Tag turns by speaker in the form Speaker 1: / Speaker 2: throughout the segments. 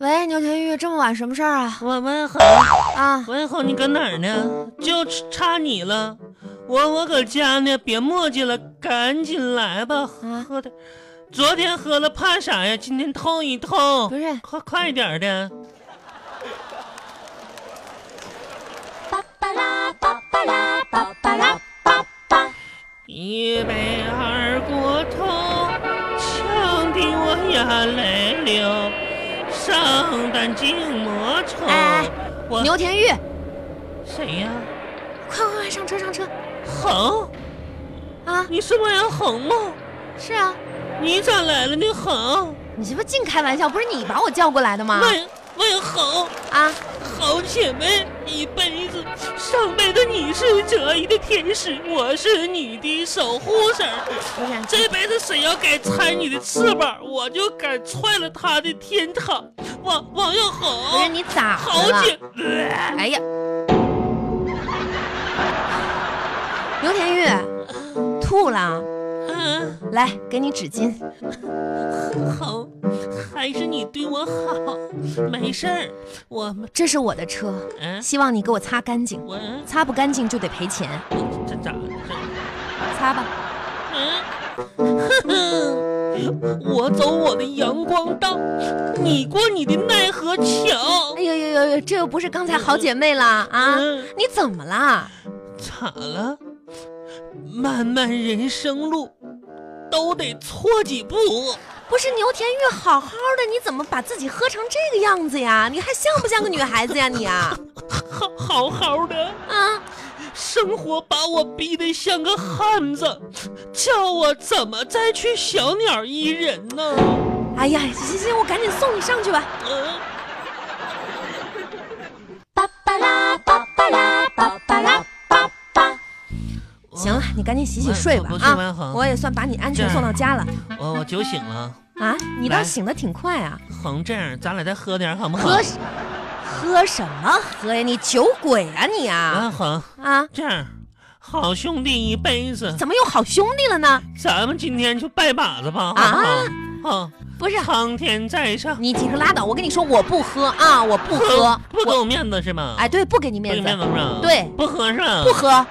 Speaker 1: 哎，牛田玉，这么晚什么事儿啊？
Speaker 2: 我问候，
Speaker 1: 啊，
Speaker 2: 问候你搁哪儿呢？就差你了，我我搁家呢，别磨叽了，赶紧来吧，
Speaker 1: 啊
Speaker 2: 喝点。昨天喝了怕啥呀？今天痛一痛，
Speaker 1: 不是
Speaker 2: 快快点儿的。
Speaker 3: 巴巴拉巴巴拉巴巴拉
Speaker 2: 啊
Speaker 3: 巴巴。
Speaker 2: 一杯二锅头，呛得我眼泪流，上担筋膜愁。
Speaker 1: 哎
Speaker 2: 我
Speaker 1: 牛田玉，
Speaker 2: 谁呀？
Speaker 1: 快快快，上车上车
Speaker 2: 恒，
Speaker 1: 啊！
Speaker 2: 你是万阳恒吗？
Speaker 1: 是啊，
Speaker 2: 你咋来了呢？恒，
Speaker 1: 你这不净开玩笑，不是你把我叫过来的吗？
Speaker 2: 万万阳恒，
Speaker 1: 啊，
Speaker 2: 好姐妹一辈子，上辈子你是折翼的天使，我是你的守护神儿。
Speaker 1: 不是，
Speaker 2: 这辈子谁要敢拆你的翅膀，我就敢踹了他的天堂。王王永
Speaker 1: 不是
Speaker 2: 恒，
Speaker 1: 你咋
Speaker 2: 好
Speaker 1: 的了？
Speaker 2: 姐，
Speaker 1: 哎呀，牛田玉，吐了，啊
Speaker 2: 嗯、
Speaker 1: 来，给你纸巾。
Speaker 2: 好，还是你对我好，没事儿，我们，
Speaker 1: 这是我的车，
Speaker 2: 嗯、
Speaker 1: 希望你给我擦干净，
Speaker 2: 我
Speaker 1: 擦不干净就得赔钱，
Speaker 2: 这咋这，
Speaker 1: 擦吧。
Speaker 2: 嗯、哼哼，我走我的阳光道，你过你的奈何桥
Speaker 1: 哎。呦呦呦呦，这又不是刚才好姐妹了啊！
Speaker 2: 嗯
Speaker 1: 你怎么啦？
Speaker 2: 咋了？漫漫人生路，都得错几步。
Speaker 1: 不是牛田玉好好的，你怎么把自己喝成这个样子呀？你还像不像个女孩子呀你 啊？
Speaker 2: 好好好的，
Speaker 1: 啊，
Speaker 2: 生活把我逼得像个汉子，叫我怎么再去小鸟依人呢？
Speaker 1: 哎呀，行行，我赶紧送你上去吧。
Speaker 2: 嗯、
Speaker 3: 巴巴拉巴巴拉巴巴拉巴巴。
Speaker 1: 行了，你赶紧洗洗
Speaker 2: 我
Speaker 1: 睡吧
Speaker 2: 我不是万
Speaker 1: 啊！
Speaker 2: 恒
Speaker 1: 我也算把你安全
Speaker 2: 这
Speaker 1: 送到家了
Speaker 2: 哦我我酒醒了，
Speaker 1: 啊！你倒
Speaker 2: 来
Speaker 1: 醒得挺快啊！
Speaker 2: 恒这样，咱俩再喝点好不好？
Speaker 1: 喝什喝什么喝呀？你酒鬼啊你啊
Speaker 2: 啊，恒
Speaker 1: 啊！
Speaker 2: 这样，好兄弟一辈子，
Speaker 1: 怎么又好兄弟了呢？
Speaker 2: 咱们今天就拜把子吧，好不好？啊，
Speaker 1: 啊不是，
Speaker 2: 苍天在上。
Speaker 1: 你听拉倒！我跟你说，我不喝啊，我不喝，
Speaker 2: 不给
Speaker 1: 我
Speaker 2: 我面子是吗？
Speaker 1: 哎，，对，不给你
Speaker 2: 不给
Speaker 1: 面
Speaker 2: 面
Speaker 1: 子，
Speaker 2: 子是吧？
Speaker 1: 对
Speaker 2: 不喝是吧？
Speaker 1: 不，喝，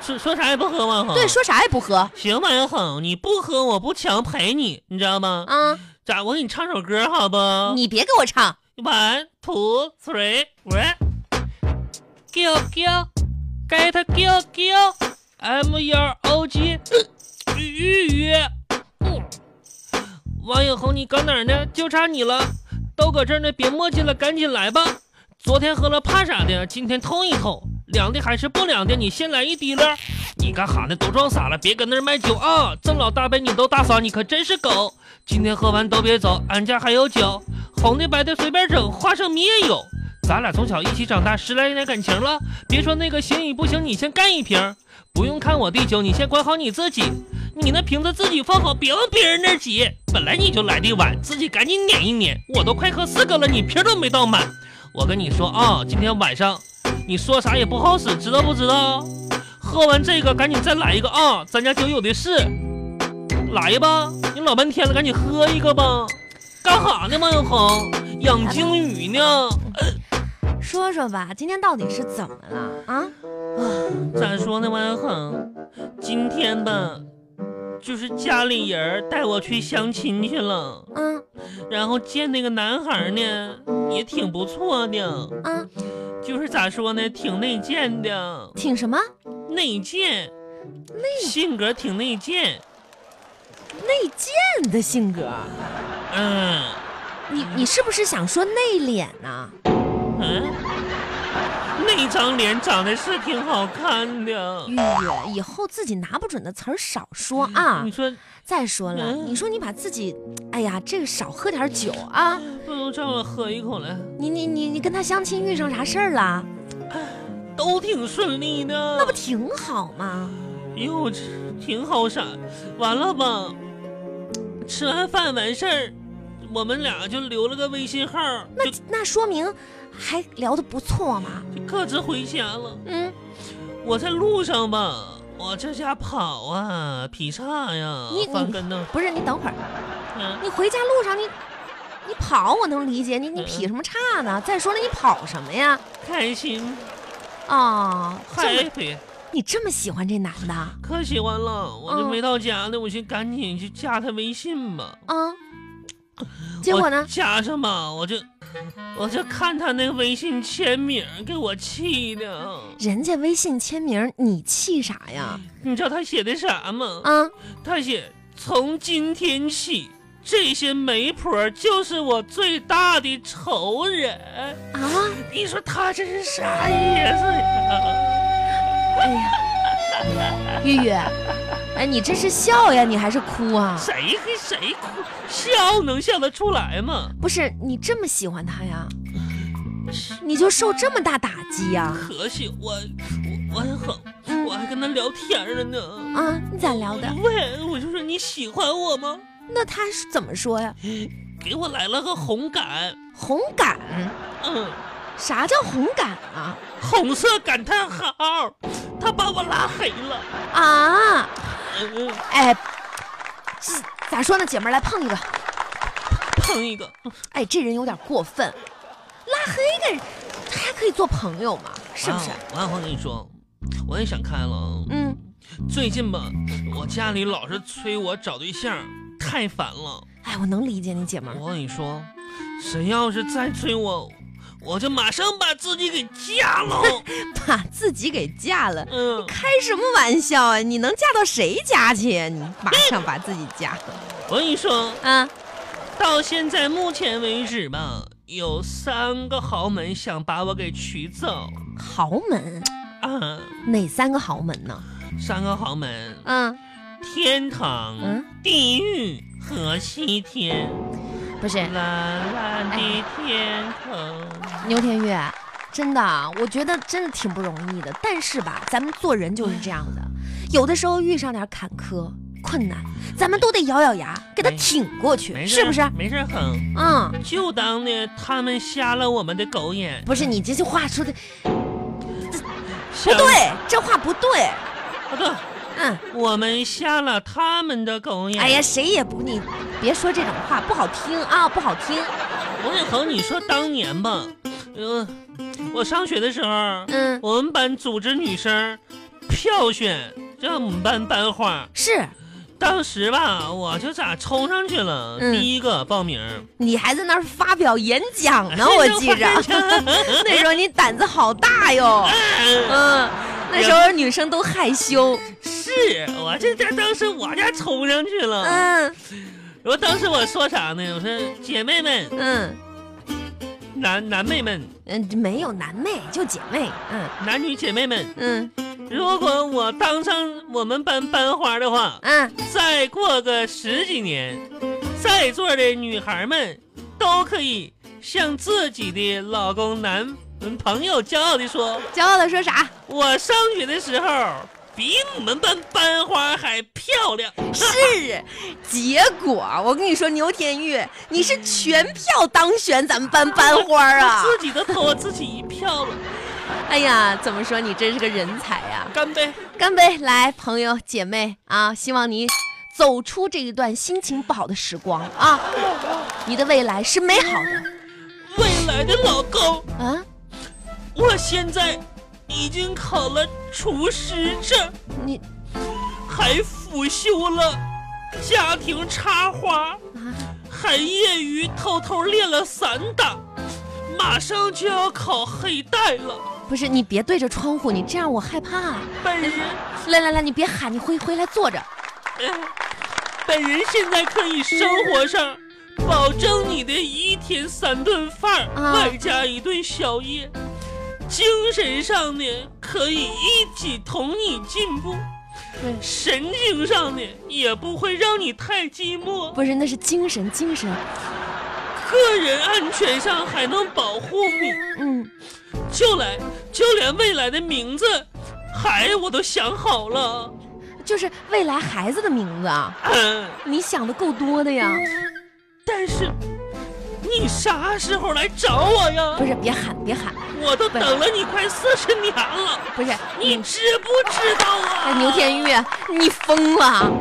Speaker 2: 说说啥也不喝吗？
Speaker 1: 对，说啥也不喝啊
Speaker 2: 行吧，也好，你不喝我不强陪你，你知道吗？
Speaker 1: 啊！
Speaker 2: 咋？我给你唱首歌好不
Speaker 1: 你别给我唱，
Speaker 2: ？One two three one，叫叫，get 叫叫，M 幺 O G，预约。王永红，你搁哪儿呢？就差你了，都搁这儿呢，别墨迹了，赶紧来吧。昨天喝了怕啥的，今天通一通，凉的还是不凉的，你先来一滴了。你干哈呢？都装傻了，别搁那儿卖酒啊！郑老大被你都打扫，你可真是狗。今天喝完都别走，俺家还有酒，红的白的随便整，花生米也有。咱俩从小一起长大，十来年感情了，别说那个行与不行，你先干一瓶，不用看我递酒，你先管好你自己。你那瓶子自己放好，别往别人那儿挤。本来你就来的晚，自己赶紧撵一撵。我都快喝四个了，你瓶儿都没倒满。我跟你说啊、今天晚上你说啥也不好使，知道不知道？喝完这个赶紧再来一个啊、咱家酒有的是，来吧。你老半天了，赶紧喝一个吧。干哈呢，王永恒？养鲸鱼呢？
Speaker 1: 说说吧，今天到底是怎么了啊？
Speaker 2: 咋说呢，王永恒？今天吧，就是家里人儿带我去相亲去了。
Speaker 1: 嗯
Speaker 2: 然后见那个男孩呢，也挺不错的，
Speaker 1: 嗯，
Speaker 2: 就是咋说呢，挺内建的，
Speaker 1: 挺什么
Speaker 2: 内建，性格挺内建，
Speaker 1: 内奸的性格？
Speaker 2: 嗯
Speaker 1: 你你是不是想说内敛呢、
Speaker 2: 嗯，那张脸长得是挺好看的
Speaker 1: 玉。玉，哎以后自己拿不准的词儿少说啊
Speaker 2: 你！说
Speaker 1: 再说了，
Speaker 2: 嗯
Speaker 1: 你说你把自己，哎呀，这个少喝点酒啊！
Speaker 2: 不如让我喝一口来，
Speaker 1: 你你你你跟他相亲遇上啥事儿了？
Speaker 2: 都挺顺利的。
Speaker 1: 那不挺好吗？
Speaker 2: 哟，这挺好傻。完了吧？吃完饭完事儿，我们俩就留了个微信号，
Speaker 1: 那
Speaker 2: 就
Speaker 1: 那说明还聊得不错嘛。
Speaker 2: 就各自回家了。
Speaker 1: 嗯，
Speaker 2: 我在路上吧，我这家跑啊，劈叉呀
Speaker 1: 你，
Speaker 2: 翻跟头，
Speaker 1: 不是，你等会儿，
Speaker 2: 嗯、
Speaker 1: 你回家路上你你跑我能理解，你你
Speaker 2: 嗯
Speaker 1: 劈什么叉呢？再说了，你跑什么呀？
Speaker 2: 开心
Speaker 1: 哦，这么
Speaker 2: happy，
Speaker 1: 你这么喜欢这男的啊？
Speaker 2: 可喜欢了，我这
Speaker 1: 嗯
Speaker 2: 没到家呢，我寻赶紧去加他微信吧。
Speaker 1: 啊结果
Speaker 2: 我
Speaker 1: 呢？
Speaker 2: 加上吧，我就我就看他那微信签名，给我气的。
Speaker 1: 人家微信签名，你气啥呀？
Speaker 2: 你知道他写的啥吗？
Speaker 1: 啊，
Speaker 2: 他写从今天起，这些媒婆就是我最大的仇人。
Speaker 1: 啊！
Speaker 2: 你说他这是啥意思呀？
Speaker 1: 哎呀，玉玉，哎，你这是笑呀，你还是哭啊？
Speaker 2: 谁跟谁哭笑能笑得出来吗？
Speaker 1: 不是你这么喜欢他呀，你就受这么大打击呀？
Speaker 2: 可惜我我我还好，
Speaker 1: 嗯
Speaker 2: 我还跟他聊天了呢。
Speaker 1: 啊，你咋聊的？
Speaker 2: 问我就说你喜欢我吗？
Speaker 1: 那他是怎么说呀？
Speaker 2: 给我来了个红感，
Speaker 1: 红感？
Speaker 2: 嗯，
Speaker 1: 啥叫红感啊？
Speaker 2: 红色感叹号，他把我拉黑了。
Speaker 1: 啊，
Speaker 2: 嗯，
Speaker 1: 哎，这咋说呢？姐们儿来碰一个。
Speaker 2: 碰一个，
Speaker 1: 哎，这人有点过分，拉黑一个人，他还可以做朋友吗？是不是？
Speaker 2: 啊我我跟你说，我也想开了。
Speaker 1: 嗯，
Speaker 2: 最近吧，我家里老是催我找对象，太烦了。
Speaker 1: 哎，我能理解你姐们儿。
Speaker 2: 我跟你说，谁要是再催我，我就马上把自己给嫁了。
Speaker 1: 把自己给嫁了，
Speaker 2: 嗯，
Speaker 1: 开什么玩笑啊！你能嫁到谁家去啊呀？你马上把自己嫁了
Speaker 2: 我跟你说，
Speaker 1: 啊！
Speaker 2: 到现在目前为止吧，有三个豪门想把我给娶走
Speaker 1: 豪门
Speaker 2: 啊，
Speaker 1: 哪三个豪门呢？
Speaker 2: 三个豪门：
Speaker 1: 嗯
Speaker 2: 天堂、
Speaker 1: 嗯
Speaker 2: 地狱和西天。
Speaker 1: 不是
Speaker 2: 蓝蓝
Speaker 1: 哎
Speaker 2: 的天空。
Speaker 1: 牛天玉，真的啊，我觉得真的挺不容易的。但是吧，咱们做人就是这样的，有的时候遇上点坎坷、困难，咱们都得咬咬牙给他
Speaker 2: 没
Speaker 1: 挺过去，
Speaker 2: 没事，
Speaker 1: 是不啊是？
Speaker 2: 没事，哼，
Speaker 1: 嗯，
Speaker 2: 就当呢，他们瞎了我们的狗眼。
Speaker 1: 不是你这句话 说的不
Speaker 2: 不
Speaker 1: 对，这话不对。
Speaker 2: 不对，
Speaker 1: 嗯，
Speaker 2: 我们瞎了他们的狗眼。
Speaker 1: 哎呀，，谁也不你别说这种话，不好听啊，不好听。
Speaker 2: 王永恒，你说当年吧，呃，我上学的时候，
Speaker 1: 嗯，
Speaker 2: 我们班组织女生票选让我们班班花，
Speaker 1: 是
Speaker 2: 当时吧，我就咋冲上去了，
Speaker 1: 嗯
Speaker 2: 第一个报名。
Speaker 1: 你还在那儿发表演讲呢，我记 着。 那时候你胆子好大哟，嗯，那时候女生都害羞，
Speaker 2: 是我这这当时我家冲上去了，
Speaker 1: 嗯
Speaker 2: 我当时我说啥呢？我说姐妹们，
Speaker 1: 嗯
Speaker 2: 男男妹们，
Speaker 1: 嗯，没有男妹就姐妹，嗯
Speaker 2: 男女姐妹们，
Speaker 1: 嗯
Speaker 2: 如果我当上我们班班花的话，
Speaker 1: 嗯，
Speaker 2: 再过个十几年，在座的女孩们都可以向自己的老公男朋友骄傲地说，
Speaker 1: 骄傲的说啥？
Speaker 2: 我上学的时候比你们班班花还漂亮。
Speaker 1: 是，结果我跟你说，牛天玉，你是全票当选咱们班班花啊！
Speaker 2: 我自己都投我自己一票了，
Speaker 1: 哎呀，怎么说你真是个人才呀、
Speaker 2: 干杯！
Speaker 1: 干杯！来，朋友姐妹啊，希望你走出这一段心情不好的时光啊，你的未来是美好的
Speaker 2: 未来的老公。
Speaker 1: 啊！
Speaker 2: 我现在已经考了厨师证，
Speaker 1: 你
Speaker 2: 还辅修了家庭插花，
Speaker 1: 啊，
Speaker 2: 还业余偷偷练了散打，马上就要考黑带了。
Speaker 1: 不是你别对着窗户，你这样我害怕、啊
Speaker 2: 本人，
Speaker 1: 来来来，你别喊，你回回来坐着。
Speaker 2: 呃本人现在可以生活上保证你的一天三顿饭，
Speaker 1: 啊
Speaker 2: 外加一顿宵夜。精神上呢，可以一起同你进步。
Speaker 1: 对，
Speaker 2: 神经上的也不会让你太寂寞，
Speaker 1: 不是那是精神精神，
Speaker 2: 个人安全上还能保护你。
Speaker 1: 嗯，
Speaker 2: 就来，就连未来的名字，还我都想好了。
Speaker 1: 就是未来孩子的名字啊，
Speaker 2: 嗯，
Speaker 1: 你想的够多的呀。
Speaker 2: 但是你啥时候来找我呀
Speaker 1: 不？是，别喊别喊，
Speaker 2: 我都等了你快四十年了，
Speaker 1: 不是
Speaker 2: 你知不知道
Speaker 1: 哎
Speaker 2: 啊？
Speaker 1: 牛天玉，你疯了！啊